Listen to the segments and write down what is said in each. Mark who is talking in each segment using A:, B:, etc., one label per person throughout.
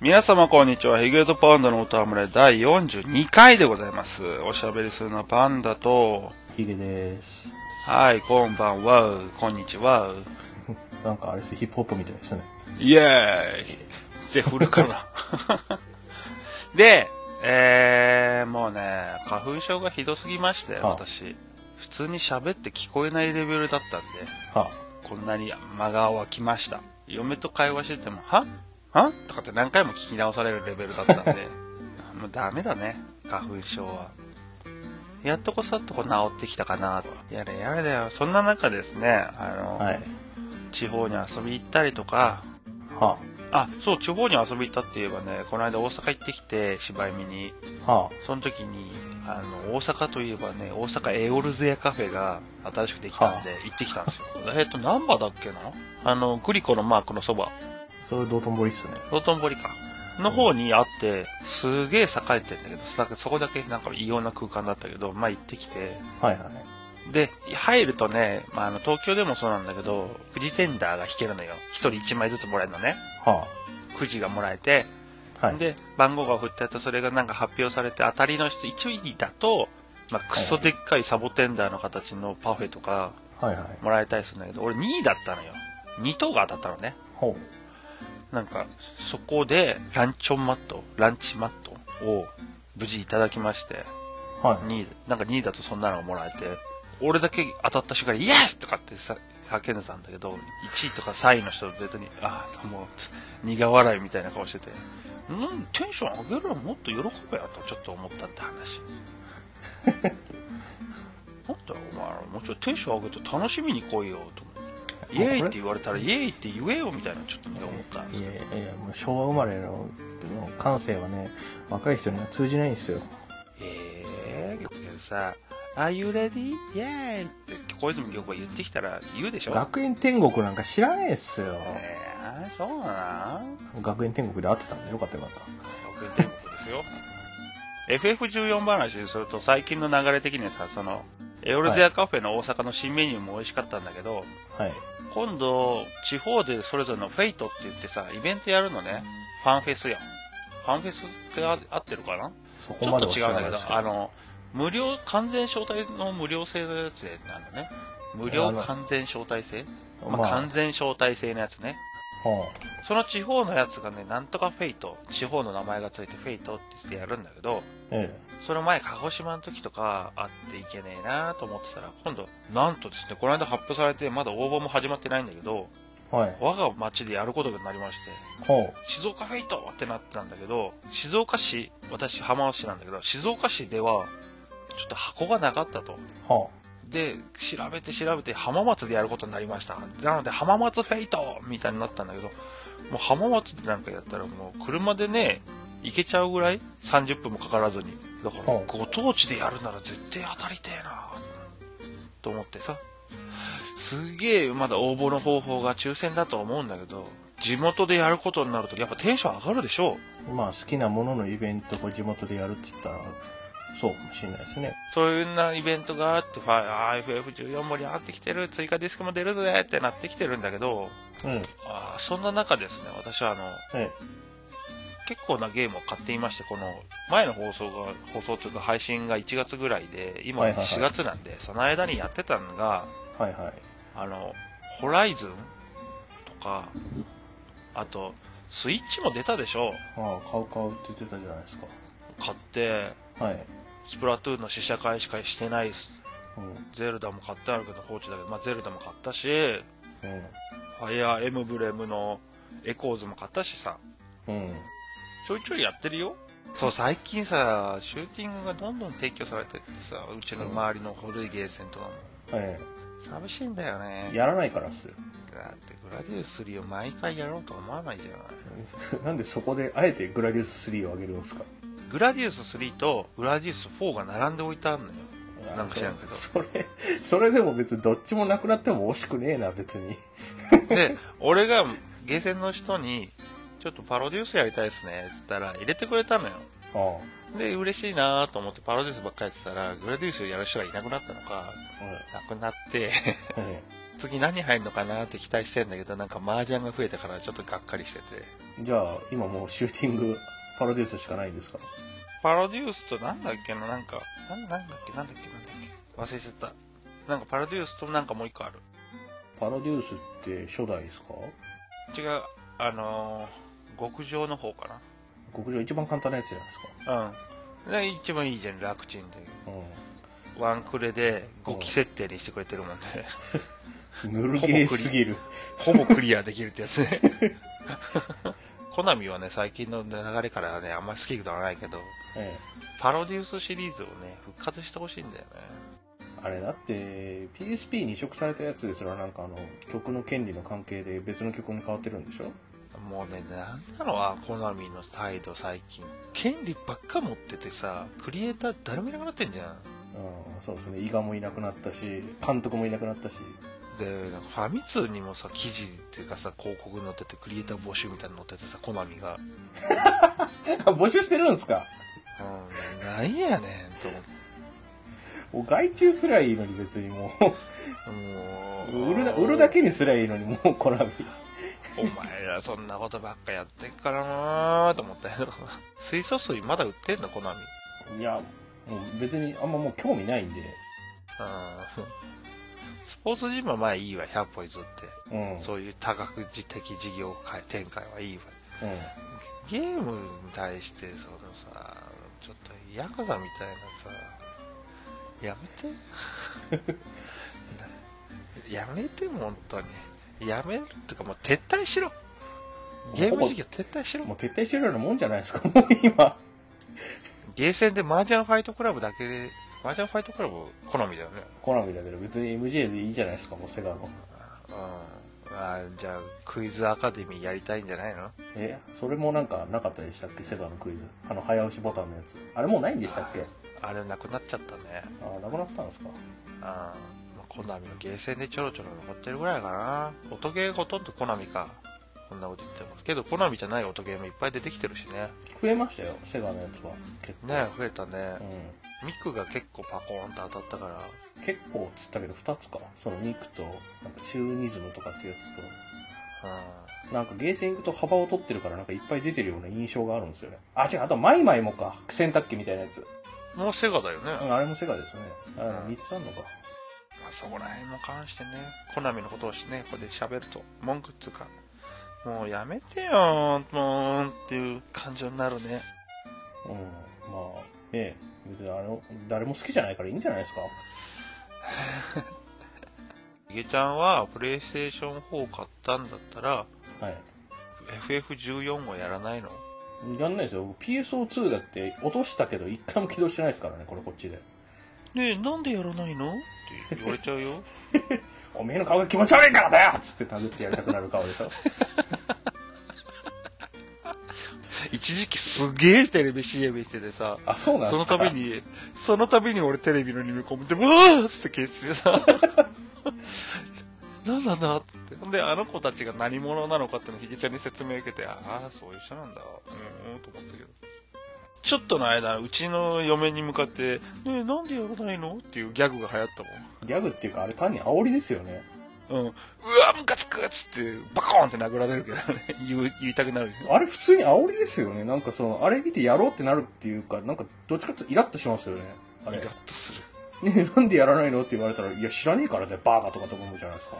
A: 皆様こんにちは。ヒゲとパンダの歌はれ第42回でございます。おしゃべりするのはパンダと、
B: ヒゲです。
A: はい、こんばんは、こんにちは、
B: なんかあれですねヒップホップみたいですね。
A: イエーイで、振るから。 で、えー、もうね、花粉症がひどすぎまして、
B: あ
A: 私。普通に喋って聞こえないレベルだったんで。
B: は
A: こんなに間が湧きました。嫁と会話してても、ははとかって何回も聞き直されるレベルだったん で、もうダメだね、花粉症は。やっとこさっとこう治ってきたかなと。やれやれだよ。そんな中ですね、あ
B: あ、
A: の、
B: はい。
A: 地方に遊び行ったりとか、
B: は
A: あ、そう、地方に遊び行ったって言えばね、この間大阪行ってきて、芝居見に。
B: あ、は
A: その時に、あの、大阪といえばね、大阪エオルゼアカフェが新しくできたんで、行ってきたんですよ。 えっと、何番だっけなあの、グリコのマークのそば、
B: あ、それ道頓堀っすね。
A: 道頓堀か。の方にあって、すげえ栄えてんだけど、さそこだけなんか異様な空間だったけど、まあ行ってきて。
B: はいはい。
A: で、入るとね、まああの、東京でもそうなんだけど、くじテンダーが引けるのよ。一人一枚ずつもらえるのね。
B: は
A: くじがもらえて、
B: あ、はい。
A: で、番号が振ってあって、それがなんか発表されて、当たりの人、一位だと、まあ、クソでっかいサボテンダーの形のパフェとか
B: はいはい。
A: もらえたりするんだけど、俺2位だったのよ。2等が当たったのね。
B: ほ
A: なんか、そこで、ランチョンマット、ランチマットを無事いただきまして、
B: う。はい。
A: 2位、なんか2位だとそんなのがもらえて、俺だけ当たった瞬間に、イエスとかってさ叫んでたんだけど、1位とか3位の人別に、ああ、もう、苦笑いみたいな顔してて、うん、テンション上げるのもっと喜べよとちょっと思ったって 話。なんだよ、お前ら、もうちょっとテンション上げて楽しみに来いよ、と思って。イエーイって言われたら、イエーイって言えよ、みたいな、ちょっとね、思ったんです
B: い
A: よ
B: やいやいや、もう昭和生まれの感性はね、若い人には通じないんですよ。
A: ええー、けどさ、Are you ready? イエーイって、小泉今日が言ってきたら言うでしょ
B: 学園天国なんか知らねえっすよ。
A: えー、そうなん
B: 学園天国で会ってたんでよかったよかっ
A: 僕天国ですよ FF14 話にすると最近の流れ的にさそのエオルゼアカフェの大阪の新メニューも美味しかったんだけど、
B: た。はい。
A: 今度地方でそれぞれのフェイトって言ってさイベントやるのねファンフェスやんファンフェスってあ合ってるかな
B: そこ
A: ちょ
B: ま
A: っ
B: で
A: と
B: は知
A: 違う
B: ら
A: ん
B: な
A: だけ
B: い
A: ど
B: です
A: あの無料完全招待の無料制のやつであのね無料
B: あの
A: 完全招待制
B: ど
A: まあ、
B: まあ
A: 完、全招待制のやつね
B: ほ
A: その地方のやつがね、なんとかフェイト、地方の名前がついてフェイトって言ってやるんだけど、
B: うええ。
A: その前、鹿児島の時とかあっていけねえなと思ってたら、今度、なんとですね、この間発表されて、まだ応募も始まってないんだけど、
B: はい。
A: 我が町でやることになりまして、
B: ほ
A: 静岡フェイトってなってたんだけど、静岡市、私浜松市なんだけど、静岡市では、ちょっと箱がなかったと。
B: う。ほ
A: で、調べて調べて浜松でやることになりました。なので浜松フェイトみたいになったんだけど、もう浜松でなんかやったらもう車でね、行けちゃうぐらい ?30 分もかからずに。だから
B: うん、
A: ご当地でやるなら絶対当たりてえなと思ってさ。すげえ、まだ応募の方法が抽選だと思うんだけど、地元でやることになるとやっぱテンション上がるでしょ
B: う。まあ、好きなもののイベントを地元でやるって言ったら、そうかもしれないですね。
A: そういうなイベントがあって、ファあー FF14 盛り上がってきてる、追加ディスクも出るぜってなってきてるんだけど、
B: うん。
A: あーそんな中ですね、私はあの、
B: え
A: 結構なゲームを買っていまして、この前の放送が、放送というか配信が1月ぐらいで、今
B: はいはいはい
A: 4月なんで、その間にやってたのが、
B: え。はいはい。
A: あの、ホライズンとか、あと、スイッチも出たでしょ
B: ああ、買う買うって言ってたじゃないですか。
A: 買って、
B: はい。
A: スプラトゥーンの試写会しかしてないです。
B: うん。
A: ゼルダも買ってあるけど、放置だけど、まあ、ゼルダも買ったし、ファイアーエムブレムのエコーズも買ったしさ、
B: うん。うん。
A: ちょいちょいやってるよ。そう、最近さ、シューティングがどんどん提供されてってさ、うちの周りの古いゲーセンとかも。
B: え
A: 寂しいんだよね
B: え。。やらないからっすよ。
A: だってグラディウス3を毎回やろうと思わないじゃない。
B: なんでそこであえてグラディウス3を上げるんですか
A: グラディウス3とグラディウス4が並んで置いてあるのよ。なんか知らんけど
B: それ、それでも別にどっちもなくなっても惜しくねえな、別に。
A: で、俺がゲーセンの人に、ちょっとパロディウスやりたいですね、つったら入れてくれたのよ。
B: あ
A: で、嬉しいなと思ってパロディウスばっかりやってたら、グラディウスやる人がいなくなったのか、
B: あ。うん。
A: なくなって、
B: え
A: 次何入るのかなって期待してんだけど、なんか麻雀が増えたからちょっとがっかりしてて。
B: じゃあ、今もうシューティング、パロデュースしかないんですか
A: パロデュースとなんだっけな、なんか、なんなんだっけ、なんだっけ、なんだっけ。忘れちゃった。なんかパロデュースとなんかもう一個ある。
B: パロデュースって初代ですか
A: 違う、あのー極上の方か
B: 極上一番簡単なやつじゃないですか。
A: な。うん。で、一番いいじゃん、楽ちんで。
B: う
A: ワンクレで5期設定にしてくれてるもんで、
B: ん。ぬるゲーすぎる。
A: ほぼクリアできるってやつね。 コナミはね、最近の流れからね、あんまり好きではないけど、
B: え
A: パロデュースシリーズをね、復活してほしいんだよね。
B: え、あれだって PSP に移植されたやつですらなんかあの曲の権利の関係で別の曲に変わってるんでしょ
A: もうね、なんだろうあ、コナミの態度最近。権利ばっか持っててさ、クリエイター誰もいなくなってんじゃん。
B: うんそうですね伊賀もいなくなったし監督もいなくなったし
A: で、なんかファミ通にもさ、記事っていうかさ、広告載ってて、クリエイター募集みたいなの載っててさ、コナミが。
B: あ募集してるんですか
A: うん、なんやねん、と思って。
B: もう外注すりゃいいのに別にもう
A: もう
B: 売るだ売るだけにすりゃいいのにもうコラビ
A: お前らそんなことばっかやってっからなーと思ったよ 水素水まだ売ってんのコナミ
B: いやもう別にあんまもう興味ないんで
A: うんスポーツジムはまあいいわ100歩譲って
B: うんうん
A: そういう多角的事業展開はいいわゲームに対してそのさちょっとヤクザみたいなさやめて やめても本当にやめるっていうかもう撤退しろゲーム事業撤退しろ
B: もう撤退してるようなもんじゃないですかもう今
A: ゲーセンで麻雀ファイトクラブだけで、麻雀ファイトクラブ好みだよね。
B: コラビだけど別に MJ でいいじゃないですかもうセガの
A: うん。あーじゃあ、クイズアカデミーやりたいんじゃないの
B: えそれもなんかなかったでしたっけセガのクイズあの早押しボタンのやつあれもうないんでしたっけ
A: あれなくなっちゃったね。
B: あなくなったんですか
A: うん。まあコナミのゲーセンでちょろちょろ残ってるぐらいかな。音ゲーほとんどコナミか。こんなこと言ってますけど、コナミじゃない音ゲーもいっぱい出てきてるしね。
B: 増えましたよセガのやつは結構
A: ねえ増えたね
B: う。
A: ミクが結構パコーンと当たったから、
B: ん結構っつったけど2つかその肉となんかチューニズムとかっていうやつ
A: う
B: となんかゲーセン行くと幅を取ってるからなんかいっぱい出てるような印象があるんですよねあ違うあとマイマイもか洗濯機みたいなやつ、
A: ん。もうセガだよね。
B: うん、あれもセガですねあ
A: うん
B: 3つあんのか
A: まあ、そこら辺も関してね、コナミのことをしてね、ここで喋ると、文句っていうか、もうやめてよー、もうっていう感情になるね。
B: うんまあねえ別にあれを誰も好きじゃないからいいんじゃないですか
A: ゆげちゃんは、プレイステーション4を買ったんだったら、
B: はい
A: FF14 はやらないの
B: やんないですよ PSO2 だって落としたけど一回も起動してないですからねこれこっちで
A: ねえ、なんでやらないのって言われちゃうよ。
B: おめえの顔が気持ち悪いからだよっつって殴ってやりたくなる顔でしょ
A: 一時期すげえテレビ CM しててさ、
B: あそうなん
A: そ
B: で
A: の
B: すか
A: 度に、その度に俺テレビのリモコン見て、うわーっつって消してさ、 なんなんだっつって。ほんで、あの子たちが何者なのかってのをひげちゃんに説明受けて、ああ、そういう人なんだ、うん、うん、と思ったけど。ちょっとの間、うちの嫁に向かって、ねえ、なんでやらないのっていうギャグが流行ったもん。
B: ギャグっていうかあれ単に煽りですよね
A: うん。うわ、ムカつくっつって、バコーンって殴られるけどね、言う言いたくなるよ。
B: あれ普通に煽りですよねなんかそのあれ見てやろうってなるっていうかなんかどっちかっていうとイラッとしますよねあれ
A: イラッとする。
B: ねなんでやらないのって言われたらいや知らねえからねバーカとかと思うじゃないですか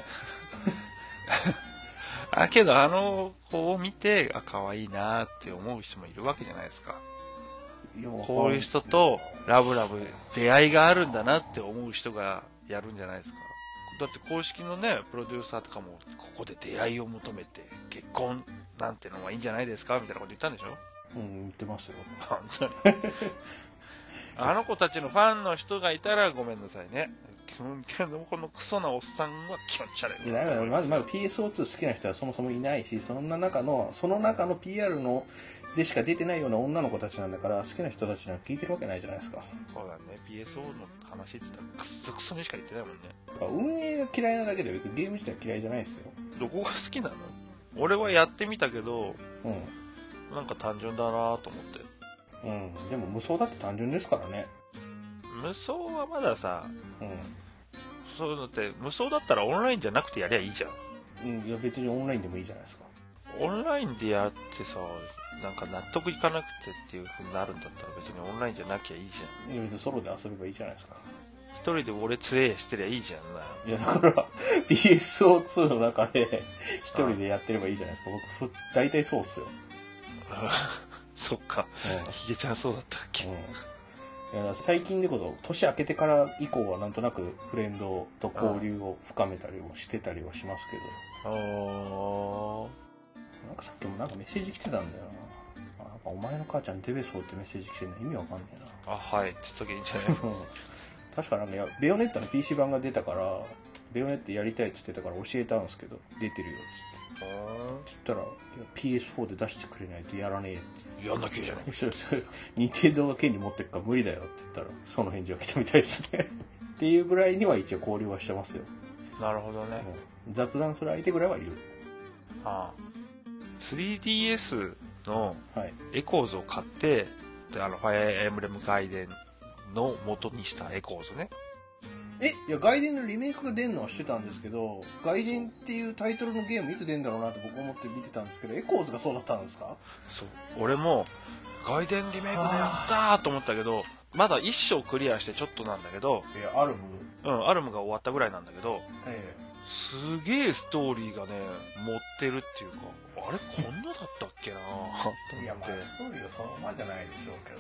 A: あけどあの子を見てあ可愛いなって思う人もいるわけじゃないですか
B: いや
A: こういう人とラブラブ出会いがあるんだなって思う人がやるんじゃないですかだって公式のねプロデューサーとかもここで出会いを求めて結婚なんてのはいいんじゃないですかみたいなこと言ったんでしょ
B: うん言ってますよ
A: 本 当にあの子たちのファンの人がいたらごめんなさいねけどこのクソなおっさんは気持ち悪い
B: いやだからまずまず PSO2 好きな人はそもそもいないしそんな中のその中の PR のでしか出てないような女の子たちなんだから好きな人たちには聞いてるわけないじゃないですか
A: そうだね PSO の話って言ったらクソクソにしか言ってないもんね
B: だから運営が嫌いなだけで別にゲーム自体嫌いじゃないですよ
A: どこが好きなの俺はやってみたけど、
B: うん
A: なんか単純だなぁと思って。
B: うん、でも無双だって単純ですからね。
A: 無双はまださ、
B: うん。
A: そういうのって無双だったらオンラインじゃなくてやりゃいいじゃん
B: うん、いや別にオンラインでもいいじゃないですか。
A: オンラインでやってさなんか納得いかなくてっていうふうになるんだったら別にオンラインじゃなきゃいいじゃん
B: いや別にソロで遊べばいいじゃないですか。
A: 一人で俺つえしてりゃいいじゃんない
B: やだから BSO2 の中で一人でやってればいいじゃないですか。僕、ふ大体そうっすよ。
A: そっかヒゲちゃんそうだったっけ、
B: うん、いや最近でこそ年明けてから以降はなんとなくフレンドと交流を深めたりもしてたりはしますけ
A: あ
B: ど、
A: ー
B: なんかさっきもなんかメッセージ来てたんだよなあなんかお前の母ちゃんデベソーってメッセージ来てんの意味わかんねえな
A: あはいちょっといいんじゃない
B: 確かなんかやベヨネッタの PC 版が出たからベヨネッタやりたいっつってたから教えたんですけど出てるよっつ
A: あー
B: ってそしたらいや PS4 で出してくれないとやらねえって
A: やんなきゃいいじゃない
B: むしろそれ 任天堂が権利持ってくから無理だよって言ったらその返事が来たみたいですね っていうぐらいには一応交流はしてますよ、
A: なるほどね、
B: うん雑談する相手ぐらいはいる
A: ああ 3DS の
B: はい
A: エコーズを買ってであのファイアーエムレム外伝の元にしたエコーズね
B: えいや外伝のリメイクが出るのはしてたんですけど外伝っていうタイトルのゲームいつ出るんだろうなって僕思って見てたんですけどエコーズがそうだったんですか
A: そう俺も外伝リメイクでやったーと思ったけどまだ1章クリアしてちょっとなんだけど、
B: えアルム
A: うん、アルムが終わったぐらいなんだけど
B: え
A: すげえストーリーがね持ってるっていうかあれこんなだったっけなーと
B: え
A: 思って、うん、
B: トーリーはそのままじゃないでしょうけど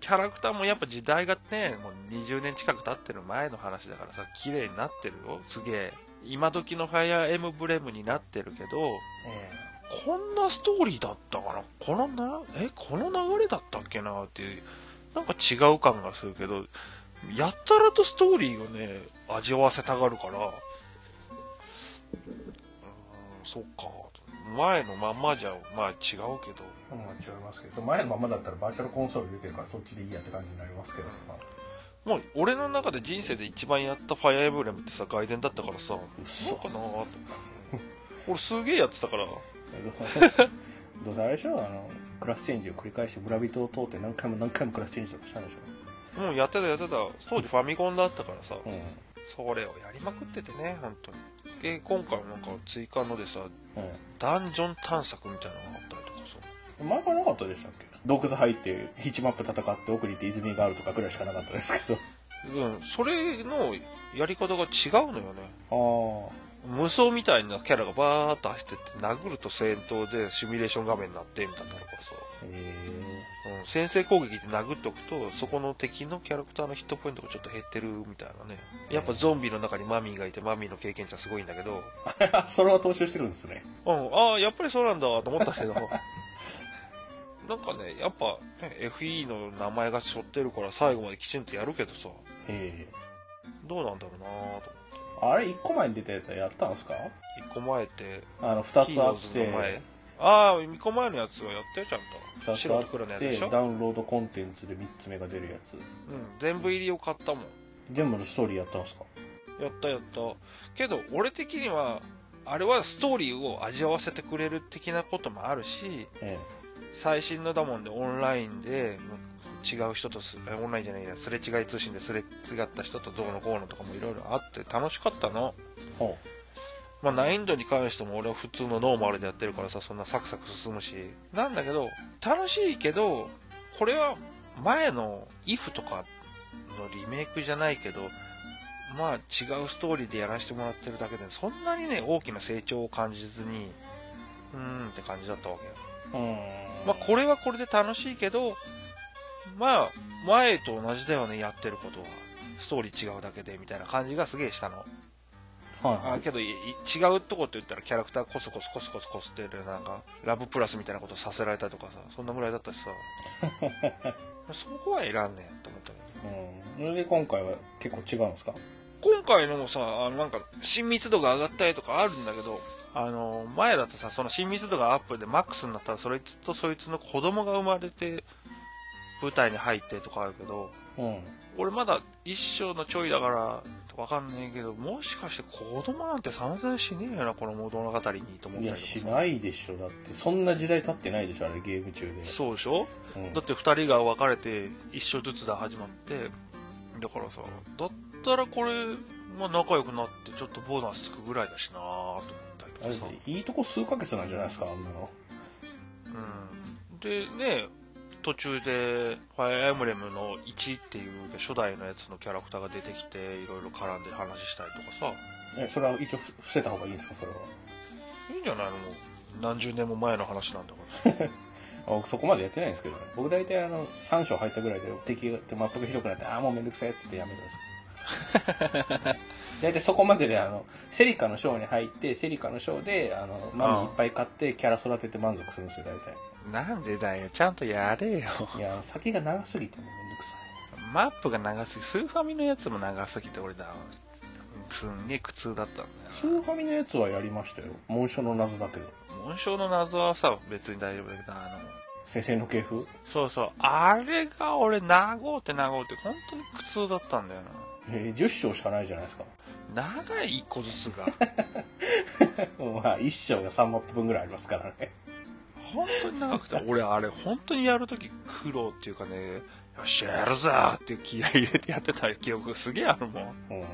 A: キャラクターもやっぱ時代がねもう20年近く経ってる前の話だからさ綺麗になってるよすげえ今時のファイアーエムブレムになってるけど
B: え
A: こんなストーリーだったかなこのな、え、この流れだったっけなっていう、なんか違う感がするけど、やったらとストーリーがね、味わわせたがるから、うーん、そっか。前のまんまじゃ、まあ違うけど、
B: えもう違いますけど前のままだったらバーチャルコンソール出てるからそっちでいいやって感じになりますけど、
A: もう俺の中で人生で一番やったファイアーエブレムってさ、外伝だったからさ、
B: う
A: そうかなーって。俺すげえやってたから、
B: どうせあれでしょあのクラスチェンジを繰り返して村人を通って何回も何回もクラスチェンジとかしたんでしょ
A: もうやってたやってた。当時ファミコンだったからさ、
B: うん、うん、
A: それをやりまくっててね、本当に。で、今回もなんか追加のでさ、ダンジョン探索みたいなのがあったりとかさ。
B: 前からなかったでしたっけ洞窟入って1マップ戦って奥に行って泉があるとかくらいしかなかったですけど
A: うん、それのやり方が違うのよね。
B: あ
A: 無双みたいなキャラがバーッと走ってって、殴ると戦闘でシミュレーション画面になってみたいなのがさ、
B: あへえ
A: うん、先制攻撃って殴っておくと、そこの敵のキャラクターのヒットポイントがちょっと減ってるみたいなね。やっぱゾンビの中にマミーがいて、マミーの経験値はすごいんだけど、
B: それは踏襲してるんですね
A: うん、ああ、やっぱりそうなんだと思ったけど、なんかね、やっぱ、ね、FE の名前が背負ってるから最後まできちんとやるけどさ、
B: へえ
A: どうなんだろうなぁと。
B: あれ1個前に出たやつはやったんですか
A: 一個前って、
B: あの2
A: ヒ
B: つ
A: ー
B: あ
A: ロ
B: っ
A: ーズの前
B: て。
A: ああ、二個前のやつはやってるちゃん
B: 2
A: と。
B: つあ
A: 白と黒のや
B: っ
A: つで
B: て
A: しょ。
B: ダウンロードコンテンツで3つ目が出るやつ
A: うん、全部入りを買ったもん。
B: 全部のストーリーやったんですか
A: やったやった。けど、俺的には、あれはストーリーを味わわせてくれる的なこともあるし、
B: え
A: 最新のだもんでオンラインで違う人とすえオンラインじゃないやすれ違い通信ですれ違った人とどうのこうのとかもいろいろあって楽しかったの、
B: えほ
A: まあ、難易度に関しても俺は普通のノーマルでやってるからさそんなサクサク進むしなんだけど楽しいけどこれは前の「IF」とかのリメイクじゃないけどまあ違うストーリーでやらせてもらってるだけでそんなにね大きな成長を感じずにうーんって感じだったわけよ
B: ううーん
A: まあ、これはこれで楽しいけど、まあ、前と同じだよね、やってることは。ストーリー違うだけで、みたいな感じがすげえしたの。
B: はいは
A: あ
B: い
A: けど、いい違うとこって言ったらキャラクターコソコソコソコソコソってる、なんか、ラブプラスみたいなことさせられたとかさ、そんなぐらいだったしさ。そこは選んねんと思ったけど。
B: うん、それで今回は結構違うんですか
A: 今回のもさ、あのなんか、親密度が上がったりとかあるんだけど、あの、前だとさ、その親密度がアップでマックスになったら、そいつとそいつの子供が生まれて、舞台に入ってとかあるけど、
B: うん
A: 俺まだ一生のちょいだから、わかんないけど、もしかして子供なんて散々しねえよな、この物語に、と思っ
B: い
A: たりと
B: や
A: かさ
B: しないでしょだってそんな時代経ってないでしょあれゲーム中で、
A: そうでしょ
B: うん
A: だって二人が別れて、一生ずつだ始まって、だからさ、だったらこれ、まあ、仲良くなってちょっとボーナスつくぐらいだしなぁと思った
B: あ
A: り
B: れ
A: とかさ
B: いいとこ数ヶ月なんじゃないですかあんなの
A: うんでね途中で「ファイアーエムレムの1」っていう初代のやつのキャラクターが出てきていろいろ絡んで話したりとかさ
B: えそれは一応ふ伏せた方がいいんですかそれはい
A: いんじゃないのもう何十年も前の話なんだからさ
B: あ僕そこまでやってないんですけどね僕大体あの3章入ったぐらいで敵がマップが広くなってああもうめんどくさいっつってやめたん です大体そこまでであのセリカのショーに入ってセリカのショーであのマミいっぱい買ってキャラ育てて満足するんですよ大体
A: なんでだよちゃんとやれよ
B: いやあの先が長すぎてもうめんどくさい
A: マップが長すぎスーファミのやつも長すぎて俺だすんげえ苦痛だったんだよ
B: スーファミのやつはやりましたよ紋章の謎だけど
A: 紋章の謎はさ別に大丈夫だけどあの
B: 先生の系譜
A: そうそうあれが俺長うて長うて本当に苦痛だったんだよな
B: えー10章しかないじゃないですか
A: 長い一個ずつ が
B: まあ1章が3マップ分ぐらいありますからね
A: 本当に長くて俺あれ本当にやるとき苦労っていうかねよっしゃやるぞーっていう気合い入れてやってた記憶がすげえあるもん
B: うん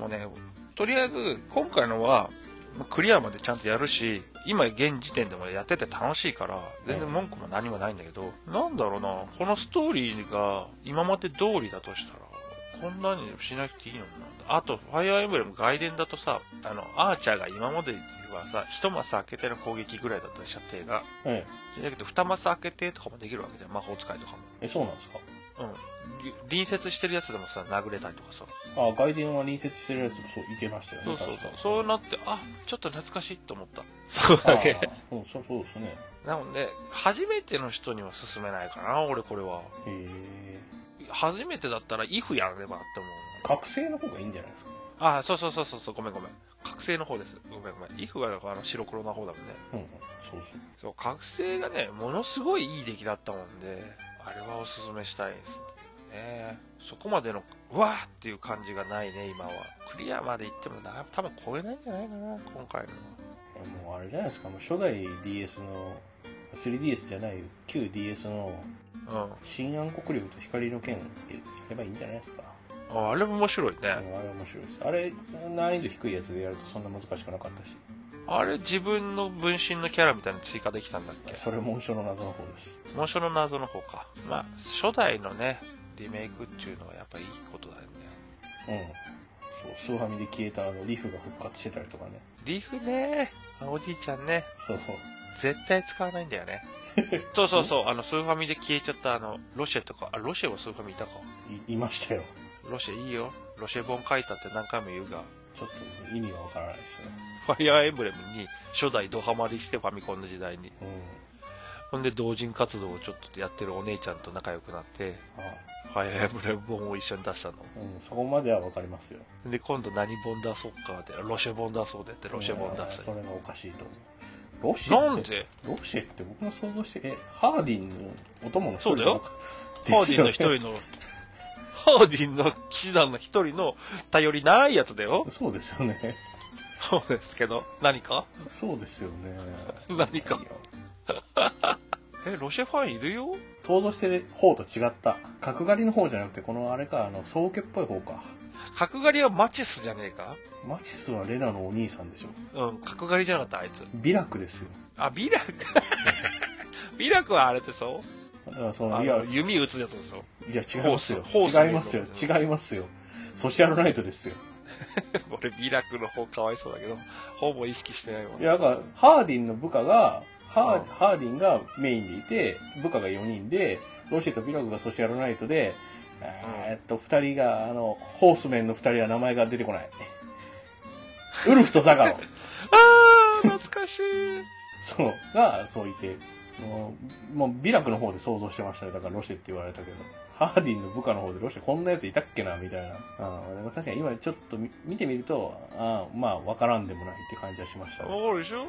A: もうね、とりあえず、今回のは、まあクリアまでちゃんとやるし、今現時点でもやってて楽しいから、全然文句も何もないんだけど、なんだろうな、このストーリーが今まで通りだとしたら、こんなにしなくていいのになんだ。あと、ファイアーエンブレム外伝だとさ、あの、アーチャーが今まではさ、一マス開けての攻撃ぐらいだったり射程が。
B: え
A: だけど、二マス開けてとかもできるわけじゃん、魔法使いとかも。
B: ええそうなんですか
A: うん。り隣接してるやつでもさ、殴れたりとかさ。
B: あ外伝は隣接してるやつもそういけましたよね
A: そうそうそう
B: 確か。
A: そうなって、あ、ちょっと懐かしいと思った。そう
B: あ
A: だけ。
B: ーうんそうそうですね
A: なので、初めての人には勧めないかな、俺これは。
B: へえ
A: 初めてだったら、イフやればって思う。
B: 覚醒の方がいいんじゃないですか
A: あ、そうそうそうそうそう、ごめんごめん。覚醒の方です。ごめんごめん。イフがあの白黒な方だもんね。
B: うんうんそうそう
A: そう、覚醒がね、ものすごいいい出来だったもんで、あれはおすすめしたいですね。そこまでの、うわーっていう感じがないね、今は。クリアまで行ってもな、多分超えないんじゃないかな、今回のは。
B: もうあれじゃないですかもう初代 DS の 3DS じゃない旧 DS の
A: うん。
B: 新暗黒竜と光の剣ってやればいいんじゃないですか、
A: ああれも面白いね。
B: うんあれ面白いですあれ難易度低いやつでやるとそんな難しくなかったし
A: あれ自分の分身のキャラみたいなの追加できたんだっけ
B: それ紋章の謎の方です
A: 紋章の謎の方か。まあ、初代のね、リメイクっていうのはやっぱりいいことだよね。
B: うんそうスーファミで消えたあのリフが復活してたりとかね
A: リーフね、おじいちゃんね、
B: そう
A: 絶対使わないんだよね。そうそうそう、あの、スーファミで消えちゃったあの、ロシェとか、あ、ロシェはスーファミいたか。
B: いいましたよ
A: ロシェいいよ。ロシェ本書いたって何回も言うが、
B: ちょっと意味がわからないですね
A: ファイアーエンブレムに初代ドハマりしてファミコンの時代に。
B: うん
A: ほんで同人活動をちょっとやってるお姉ちゃんと仲良くなって、
B: あ
A: ファイアーエンブレム本を一緒に出したの。
B: うん、そこまではわかりますよ
A: で、今度何本出そうかって、ロシェ本出そうでって、ロシェ本出
B: うん
A: す
B: そ。れがおかしいと思うロシェって
A: なんで
B: ロシェって僕の想像して、え、ハーディンのお供の一人
A: ハーディンの一
B: 人。
A: 人の、ハーディンの騎士団の一人の頼りないやつだよ。
B: そうですよね。
A: そうですけど、何か
B: そうですよね。
A: 何かえ、ロシェファンいるよ
B: 想像してる方と違った。角刈りの方じゃなくて、このあれか、あの、宗家っぽい方か。
A: 角刈りはマチスじゃねえか
B: マチスはレナのお兄さんでしょ。
A: うん、角刈りじゃなかった、あいつ。
B: ビラクですよ。
A: あ、ビラク。ビラクはあれでしょ
B: だからその、
A: あ
B: いや、
A: の
B: い
A: 弓打つやつでしょ
B: や、違いますよ。
A: ホースホース
B: 違いますよ。違いますよ。ソシアルナイトですよ。
A: 俺、ビラクの方かわいそうだけど、ほぼ意識してないわ
B: い。や、だから、ハーディンの部下が、ハ
A: う
B: ーハーディンがメインでいて、部下が4人で、ロシェとビログがソシアルナイトで、えーっと、2人が、あの、ホースメンの2人は名前が出てこない。ウルフとザガロ
A: あー、懐かしい。
B: そう、が、そういて、もう、もうビラクの方で想像してましたね。だからロシェって言われたけど。ハーディンの部下の方でロシェこんなやついたっけなみたいな。あーでも確かに今ちょっと見見てみると、あーまあ、わからんでもないって感じはしましたね、
A: おるでしょ
B: うん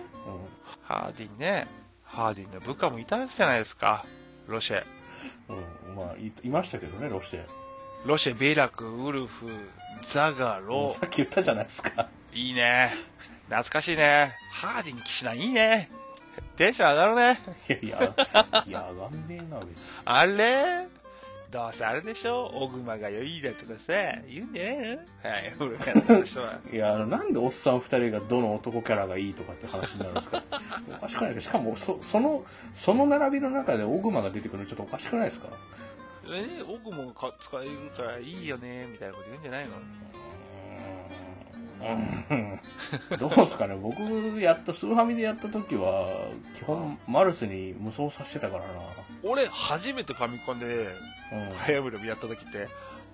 A: ハーディンね。ハーディンの部下もいたんじゃないですか。ロシェ。
B: うん、まあい、いましたけどね、ロシェ。
A: ロシェ、ビラク、ウルフ、ザガ ロ。
B: さっき言ったじゃないですか。
A: いいね。懐かしいね。ハーディン騎士団いいね。テンション上がるね。
B: いやいや、いや、上がんねえな、別に。
A: あれどうせあれでしょオグマが良いだとかさ、言うんじゃないのはい、古かった人は。
B: いや、あの、なんでおっさん二人がどの男キャラがいいとかって話になるんですかおかしくないですかしかも、そ、その、その並びの中でオグマが出てくるのちょっとおかしくないですか
A: え、オグマがか使えるからいいよね、みたいなこと言うんじゃないの
B: うーんどうですかね僕やったスーファミでやった時は基本マルスに無双させてたからな、
A: 俺、初めてファミコンで、
B: うん、
A: ファイアブレムやった時って、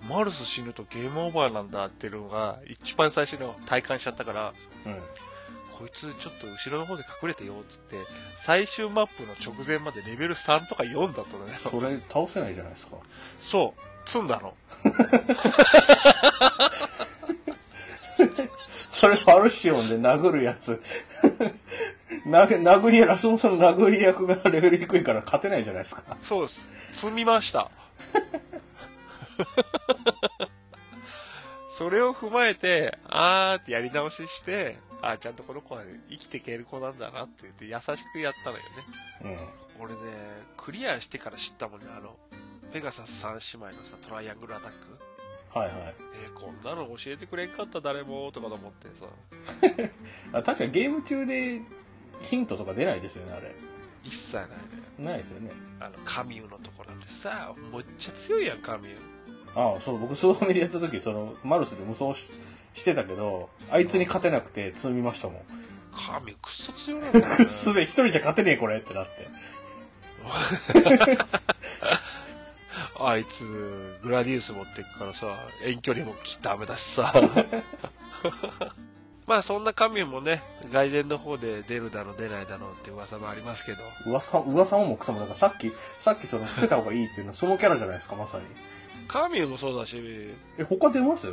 A: マルス死ぬとゲームオーバーなんだっていうのが、一番最初の体感しちゃったから、
B: うん
A: こいつちょっと後ろの方で隠れてよっつって、最終マップの直前までレベル3とか4だったのね。
B: それ倒せないじゃないですか
A: そう、積んだの。
B: それファルシオンで殴るやつ な殴りラスボスの殴り役がレベル低いから勝てないじゃないですか
A: そうです。積みました。 それを踏まえて、あーってやり直しして、あーちゃんとこの子は生きていける子なんだなって言って優しくやったのよね。
B: うん
A: 俺ね、クリアしてから知ったもんね、あの、ペガサス3姉妹のさ、トライアングルアタック。
B: はいはい
A: えーこんなの教えてくれんかった誰も、とかと思ってさ。
B: あ確かゲーム中でヒントとか出ないですよねあれ
A: 一切ないね。
B: ないですよね
A: あの、カミューのとこなんてさ、むっちゃ強いやん、カミュー。
B: ああそう僕スーファミでやった時そのマルスで無双ししてたけどあいつに勝てなくて積みましたもん
A: カミューくっそ強いなんだよ、ね。
B: くっすで一人じゃ勝てねえこれってなって
A: あいつ、グラディウス持ってくからさ、遠距離もダメだしさ。まあそんな神もね、外伝の方で出るだろう出ないだろうって噂もありますけど、
B: 噂噂ももくさもだからさっきさっきその伏せた方がいいっていうのはそのキャラじゃないですかまさに
A: 神もそうだし、
B: え他出ます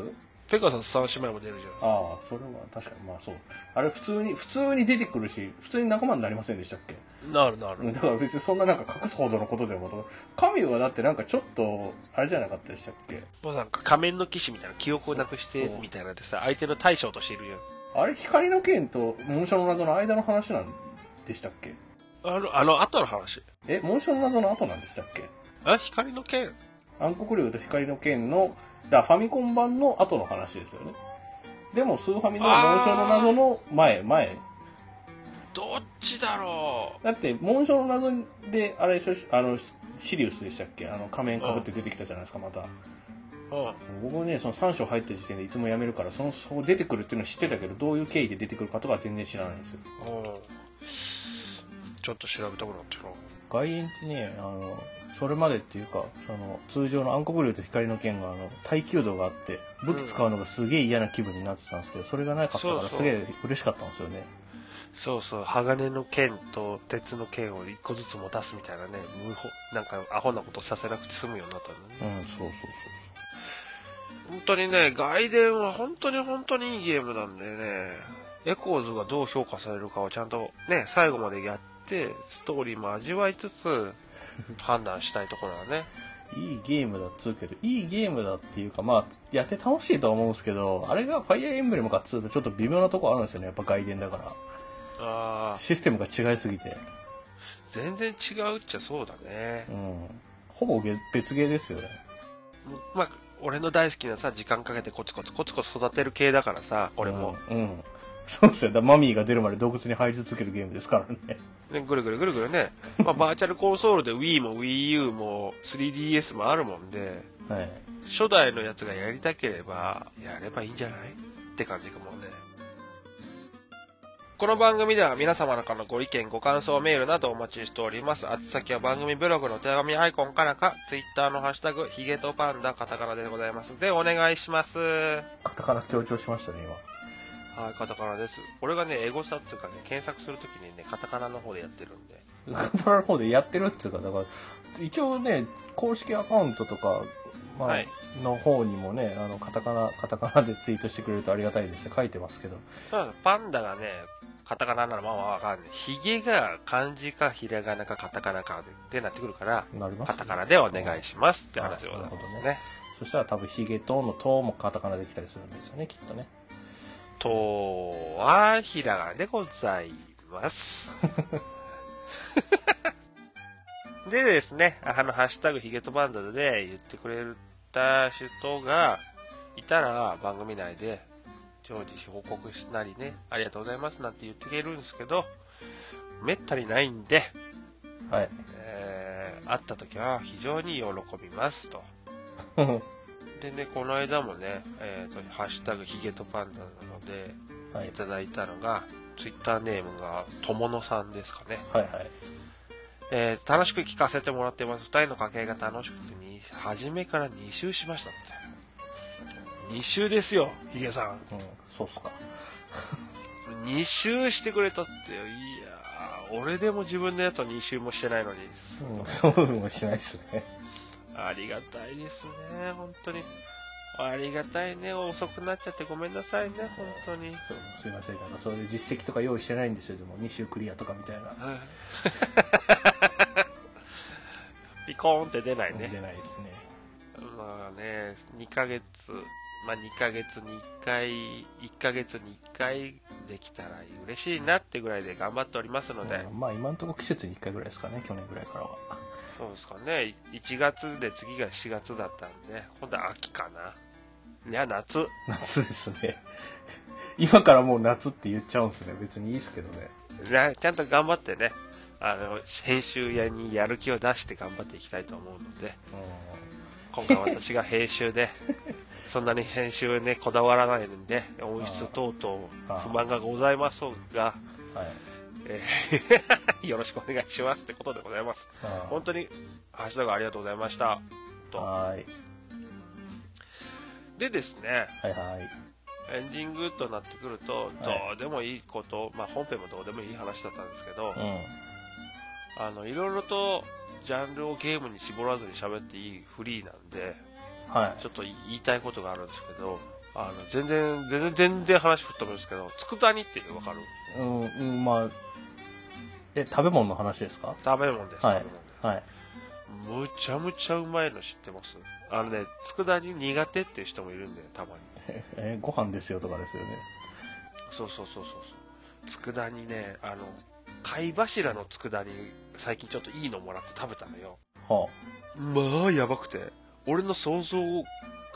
A: ペガサス3姉妹も出るじゃん。
B: ああそれは確かにまあそうあれ普通に普通に出てくるし普通に仲間になりませんでしたっけ
A: なるなる。
B: だから別にそんななんか隠すほどのことでもと神はだってなんかちょっとあれじゃなかったでしたっけ
A: もうなんか仮面の騎士みたいな記憶をなくして
B: そう
A: みたいなでさ、相手の大将としているじゃん。
B: あれ光の剣と紋章の謎の間の話なんでしたっけ
A: あの、あの後の話。
B: え紋章の謎の後なんでしたっけ
A: あ、光の剣
B: 暗黒竜と光の剣のだからファミコン版の後の話ですよねでもスーファミの紋章の謎の前前
A: どっちだろ
B: だって紋章の謎であれでしょあのシシリウスでしたっけあの仮面かぶって出てきたじゃないですかまた
A: ううん。
B: 僕ねその3章入った時点でいつもやめるからそのそこ出てくるっていうのは知ってたけどどういう経緯で出てくるかとかは全然知らないんですよ
A: うんちょっと調べたくなってるな。
B: 外縁ってねあのそれまでっていうかその通常の暗黒竜と光の剣があの耐久度があって武器使うのがすげえ嫌な気分になってたんですけどそれがなかった
A: そ
B: か
A: う
B: ら
A: そう
B: すげえ嬉しかったんですよね
A: そうそう、鋼の剣と鉄の剣を一個ずつ持たすみたいなね、無法、なんかアホなことさせなくて済むようになったんだね。
B: うんそうそうそう
A: 本当にね、外伝は本当に本当にいいゲームなんでね、エコーズがどう評価されるかをちゃんとね、最後までやって、ストーリーも味わいつつ、判断したいところだね。
B: そういいゲームだっつうけどいいゲームだっていうかまあやって楽しいとは思うんですけどあれがファイアーエンブレムかっつうとちょっと微妙なとこあるんですよねやっぱ外伝だか
A: あ
B: らシステムが違いすぎて
A: あ、全然違うっちゃそうだね
B: う。んほぼげ別ゲーですよね
A: まあ、俺の大好きなさ、時間かけてコツコツコツコツ育てる系だからさ、俺も。
B: うん、うんそうですよだからマミーが出るまで洞窟に入り続けるゲームですからね
A: ね、ぐるぐるぐるぐるね、まあ、バーチャルコンソールで Wii も WiiU も 3DS もあるもんで、
B: はい
A: 初代のやつがやりたければ、やればいいんじゃないって感じかもね。この番組では皆様からのご意見、ご感想、メールなどお待ちしております。宛先は番組ブログのお手紙アイコンからか、Twitter のハッシュタグ、ヒゲとパンダカタカナでございます。で、お願いします。は
B: カタカナ強調しましたね
A: い、カタカナです。俺がね、エゴサっていうかね、検索するときにね、カタカナの方でやってるんで。
B: 今カタカナの方でやってるっつうかだから一応ね公式アカウントとか、まあ
A: はい
B: の方にもねあのカタカナカタカナでツイートしてくれるとありがたいですって書いてますけど
A: そうだパンダがね、カタカナならまあわかんない。ヒゲが漢字かひらがなかカタカナかでってなってくるから、
B: なります
A: カタカナでお願いしますって話でございま
B: なるほ
A: す
B: ど
A: ね。
B: そしたら多分ヒゲとのともカタカナできたりするんですよねきっとね
A: とは、ひ らがなでございます。でですね、あの、ハッシュタグヒゲとバンダナで言ってくれた人がいたら番組内で常時報告しなりね、ありがとうございますなんて言ってくれるんですけど、めったにないんで、
B: はい。
A: えー、会った時は非常に喜びますと。でね、この間もね、えっ、と、ハッシュタグヒゲとパンダなので、
B: はい
A: い。ただいたのが、ツイッターネームが、とものさんですかね。
B: はいはい。
A: えー楽しく聞かせてもらってます。二人の掛け合いが楽しくてに、初めから2周しましたって。2周ですよ、ヒゲさ
B: うん、そうっすか。
A: ん。2周してくれたってよ。いやー、俺でも自分のやつは2周もしてないのに。
B: うん、 そうもしないっすね。
A: ありがたいですね、本当に。ありがたいね、遅くなっちゃってごめんなさいね、本当に。
B: そうすいません。なんかそういう実績とか用意してないんですよ。でも、2週クリアとかみたいな。
A: はい ピコーンって出ないね。
B: 出ないですね。
A: まあね、2ヶ月、まあ2ヶ月に1回、1ヶ月に1回できたら嬉しいなってぐらいで頑張っておりますので、
B: うんまあ、今のところ季節に1回ぐらいですかね。去年ぐらいからは。
A: そうですかね、1月で次が4月だったんで、今度は秋かな。いや、夏。
B: 夏ですね。 今からもう夏って言っちゃうんですね。別にいいですけどね。
A: なちゃんと頑張ってね、あの、編集やにやる気を出して頑張っていきたいと思うので、今回私が編集で、 そんなに編集ね、こだわらないんで、音質等々不満がございますが、
B: うん。はい。
A: えー よろしくお願いしますってことでございます。本当に、ハッシュタグありがとうございました。と。
B: はい。
A: でですね、
B: はいはい。
A: エンディングとなってくると、どうでもいいこと、まあ本編もどうでもいい話だったんですけど
B: う、ん。
A: あの、いろいろとジャンルをゲームに絞らずに喋っていいフリーなんで、
B: は
A: ちょっと言いたいことがあるんですけど、あの、全然、全然、全然話吹っ飛ぶんですけど、佃煮ってわかる
B: い。うん、うん、まあ、え、食べ物の話ですか
A: 食べ物です、
B: はい
A: 食べ物です。
B: はい。
A: むちゃむちゃうまいの知ってますあのね、佃煮苦手っていう人もいるんだよ、たまに。
B: え、ご飯ですよとかですよね。
A: そうそうそうそうそう。佃煮ね、あの、貝柱の佃煮、最近ちょっといいのもらって食べたのよ。
B: は
A: まあ、やばくて。俺の想像を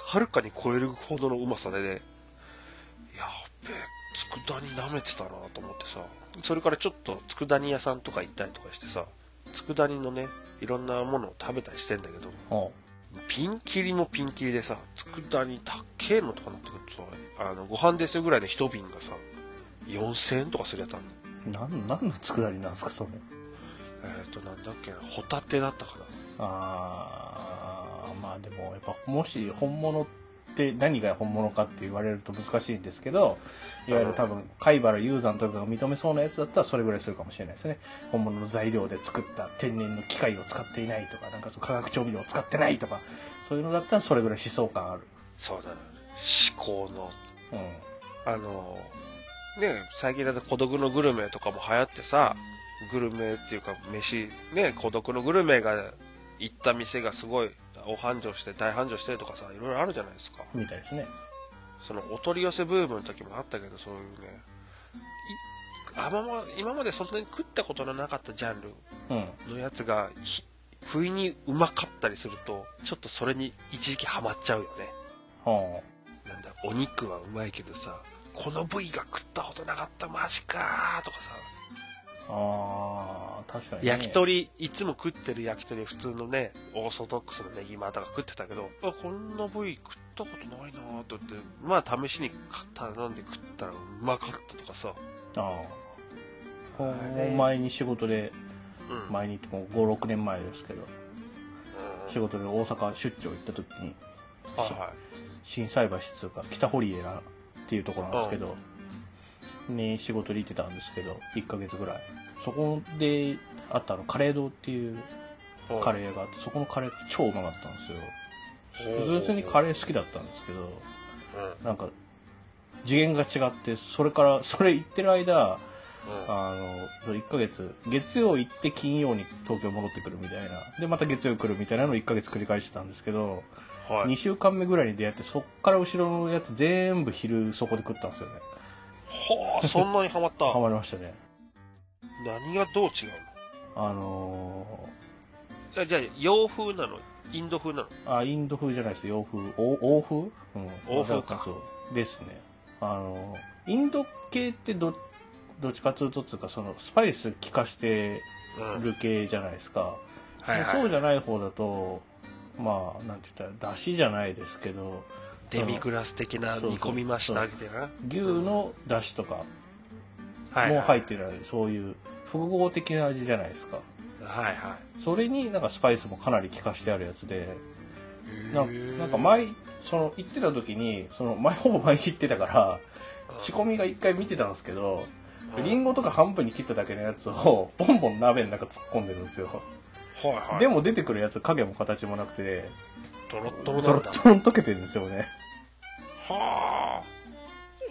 A: はるかに超えるほどのうまさでね、やっべえ、佃煮舐めてたなと思ってさ。それからちょっと佃煮屋さんとか行ったりとかしてさ、佃煮のね、いろんなものを食べたりしてんだけど、
B: あ。は
A: ピンキリもピンキリでさ、佃煮高えのとかなってくるとさ、あの、ご飯ですよぐらいの一瓶がさ、4000円とかするやつあんの。
B: あ。なん、なんの佃煮なんですか、それ。
A: えっ、ー、と、なんだっけな、ホタテだったかな。
B: あー、まあでも、やっぱ、もし本物って何が本物かって言われると難しいんですけど、いわゆる多分、貝原雄山とかが認めそうなやつだったらそれぐらいするかもしれないですね。本物の材料で作った天然の機械を使っていないとか、なんかそう化学調味料を使ってないとか、そういうのだったらそれぐらい思想感ある。
A: そうだね。思考の、
B: うん。
A: あの、ね、最近だと孤独のグルメとかも流行ってさ、グルメっていうか飯、ね、孤独のグルメが行った店がすごい、お繁盛して、大繁盛してとかさ、いろいろあるじゃないですか。
B: みたいですね。
A: そのお取り寄せブームの時もあったけど、そういうね、いあまま今までそんなに食ったことのなかったジャンル
B: うん。
A: のやつが、ひ不意にうまかったりすると、ちょっとそれに一時期ハマっちゃうよね。
B: は
A: なんだ、お肉はうまいけどさ、この部位が食ったことなかった、マジかーとかさ、
B: あ。あー、確かに、ね。
A: 焼き鳥、いつも食ってる焼き鳥、普通のね、オーソドックスのネギマとか食ってたけど、あ、こんな部位食ったことないなーって言って、まあ試しに頼んで食ったらうまかったとかさ、
B: ああ。こ
A: あ
B: の
A: れ
B: 前に仕事で、
A: うん
B: 前にってもう5、6年前ですけど、
A: うん
B: 仕事で大阪出張行った時に、
A: はいは
B: 心斎橋っつうか北堀江なっていうところなんですけど、に仕事で行ってたんですけど1ヶ月ぐらいそこであったあのカレー堂っていう
A: い。
B: カ
A: ー。
B: レーがあってそこのカレー超うまかったんですよ普通にカ
A: レ
B: レー好きだったんですけど
A: ー。
B: なんか次元が違ってそれから それ行ってる間
A: うん
B: あのそう1ヶ月月曜行って金曜に東京戻ってくるみたいなでまた月曜来るみたいなのを1ヶ月繰り返してたんですけど
A: はい。
B: 2週間目ぐらいに出会ってそっから後ろのやつ全部昼そこで食ったんですよね
A: はあ、そんなにハマった
B: ハ。マりましたね
A: 何がどう違う
B: あの
A: あじゃあ洋風なのインド風なの
B: あインド風じゃないです洋風お欧風、うん、
A: 欧風か
B: そうですねあのインド系ってどどっちかっつうとっつうかそのスパイス効かして
A: うん
B: る系じゃないですか、
A: はいはい
B: そうじゃない方だとまあなんて言ったらだしじゃないですけど
A: デミグラス的な
B: そうそう
A: 煮込みました
B: そう
A: みたいな
B: 牛のだしとか
A: はい
B: も
A: は
B: 入っ
A: い
B: てる、そういう複合的な味じゃないですか
A: はいは
B: それになんかスパイスもかなり効かしてあるやつで
A: い
B: ななんか前その行ってた時にその前ほぼ毎日行ってたから仕込みが一回見てたんですけどリン
A: ゴ
B: ゴとか半分に切っただけのやつを ボンボン鍋の中突っ込んでるんですよ
A: はいはい
B: でも出てくるやつ影も形もなくて
A: ドロッド
B: ド
A: ロなん
B: ロッ
A: だ
B: ドロに溶けてるんです よね
A: は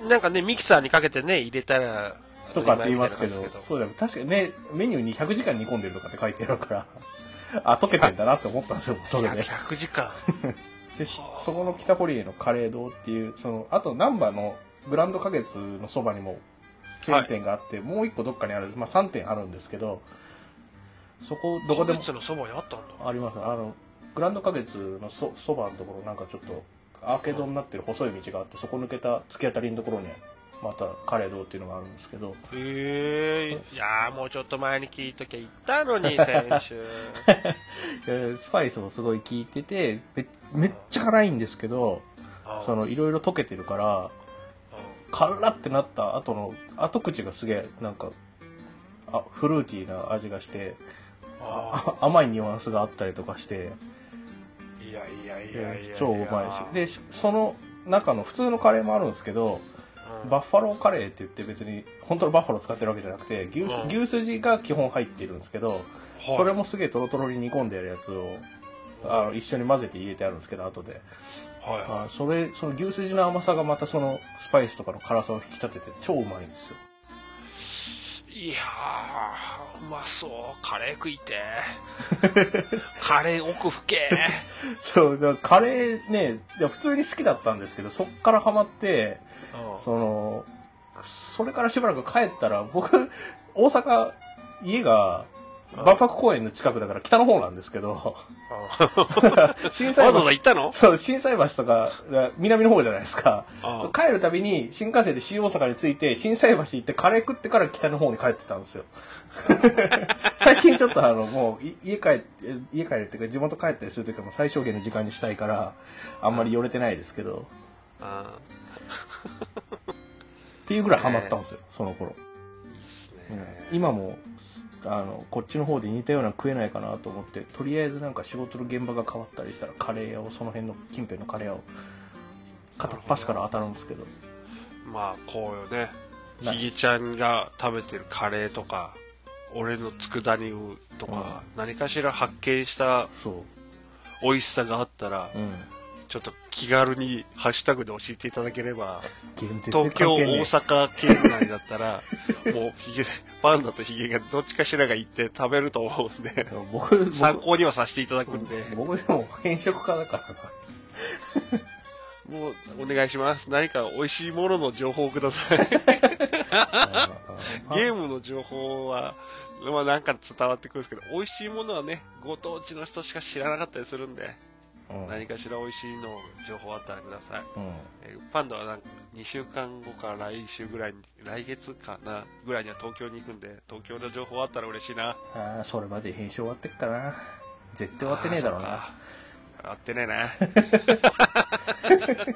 A: あなんかねミキサーにかけてね入れたら
B: とかって言いますけど
A: 当たり前みたいな感じです
B: そうだよ確かにねメニューに100時間煮込んでるとかって書いてあるから あ溶けてんだなって思ったんですよそれで
A: 100時間
B: でそそこの北堀江のカレー堂っていうそのあと難波のグランド花月のそばにもチェーン店があって、もう一個どっかにある、まあ、3店あるんですけどそこどこでも
A: キャベツのそばにあったんだ
B: ありますあのグランド花月のそそばのところなんかちょっとアーケードになってる細い道があってそこ抜けた突き当たりのところにまたカレー堂っていうのがあるんですけど
A: へえいやーもうちょっと前に聞いときゃ言ったの に先週
B: えースパイスもすごい効いててめめっちゃ辛いんですけどそのいろいろ溶けてるから辛ってなった後の後口がすげえなんかあフルーティーな味がして
A: あ
B: あ 甘いニュアンスがあったりとかして
A: いやいやいやいやいや
B: 超うまいしでしその中の普通のカレーもあるんですけどバッファローカレーって言って別に本当のバッファロー使ってるわけじゃなくて牛す
A: うん
B: 牛すじが基本入ってるんですけどそれもすげえトロトロに煮込んであるやつをあの一緒に混ぜて入れてあるんですけど後で
A: はいはい
B: あそれその牛すじの甘さがまたそのスパイスとかの辛さを引き立てて超うまいんですよ
A: いやーうまそうカレー食いて カレー奥深け
B: そう、だからカレーね、いや普通に好きだったんですけど、そっからハマって、その、それからしばらく帰ったら、僕、大阪、家が、万博公園の近くだから北の方なんです けど、震
A: わ
B: 災
A: ざわざ
B: 橋、
A: 行ったの
B: そう、震災橋とか、南の方じゃないですか。
A: あ
B: 帰るたびに新幹線で新大阪に着いて、震災橋行ってカレー食ってから北の方に帰ってたん ですよ。最近ちょっとあの、もうい家帰って、家帰るっていうか地元帰ったりするときはもう最小限の時間にしたいから、あんまり寄れてないですけど、
A: あ
B: っていうぐらいハマったんですよ、その頃。
A: いいっす
B: うん
A: ね
B: 今も、すあの、こっちの方で似たような食えないかなと思って、とりあえずなんか仕事の現場が変わったりしたらカレー屋を、その辺の近辺のカレー屋を、片っ端から当たるんですけど。
A: まあこうよね
B: な
A: ひげちゃんが食べてるカレーとか俺の佃煮とか、何かしら発見した
B: そ
A: 美味しさがあったら、
B: う。うん。
A: ちょっと気軽にハッシュタグで教えていただければ
B: 全然
A: 東京
B: 関係ねえ
A: 大阪県内だったら もうひげパンダとひげがどっちかしらが行って食べると思うんで
B: 僕、僕、
A: 参考にはさせていただくんで、
B: 僕でも変色家だからな。
A: もうお願いします何か美味しいものの情報をくだ さいゲームの情報は、まあなんか伝わってくるんですけど、美味しいものはね、ご当地の人しか知らなかったりするんで、
B: うん
A: 何かしら美味しいの情報あったらください。
B: うん
A: えーパンダはなんか2週間後か来週ぐらいに、来月かな、ぐらいには東京に行くんで、東京の情報あったら嬉しいな。
B: ああ、それまで編集終わってっかな。絶対終わってねえだろうな。
A: あー。そっか終わってねえな。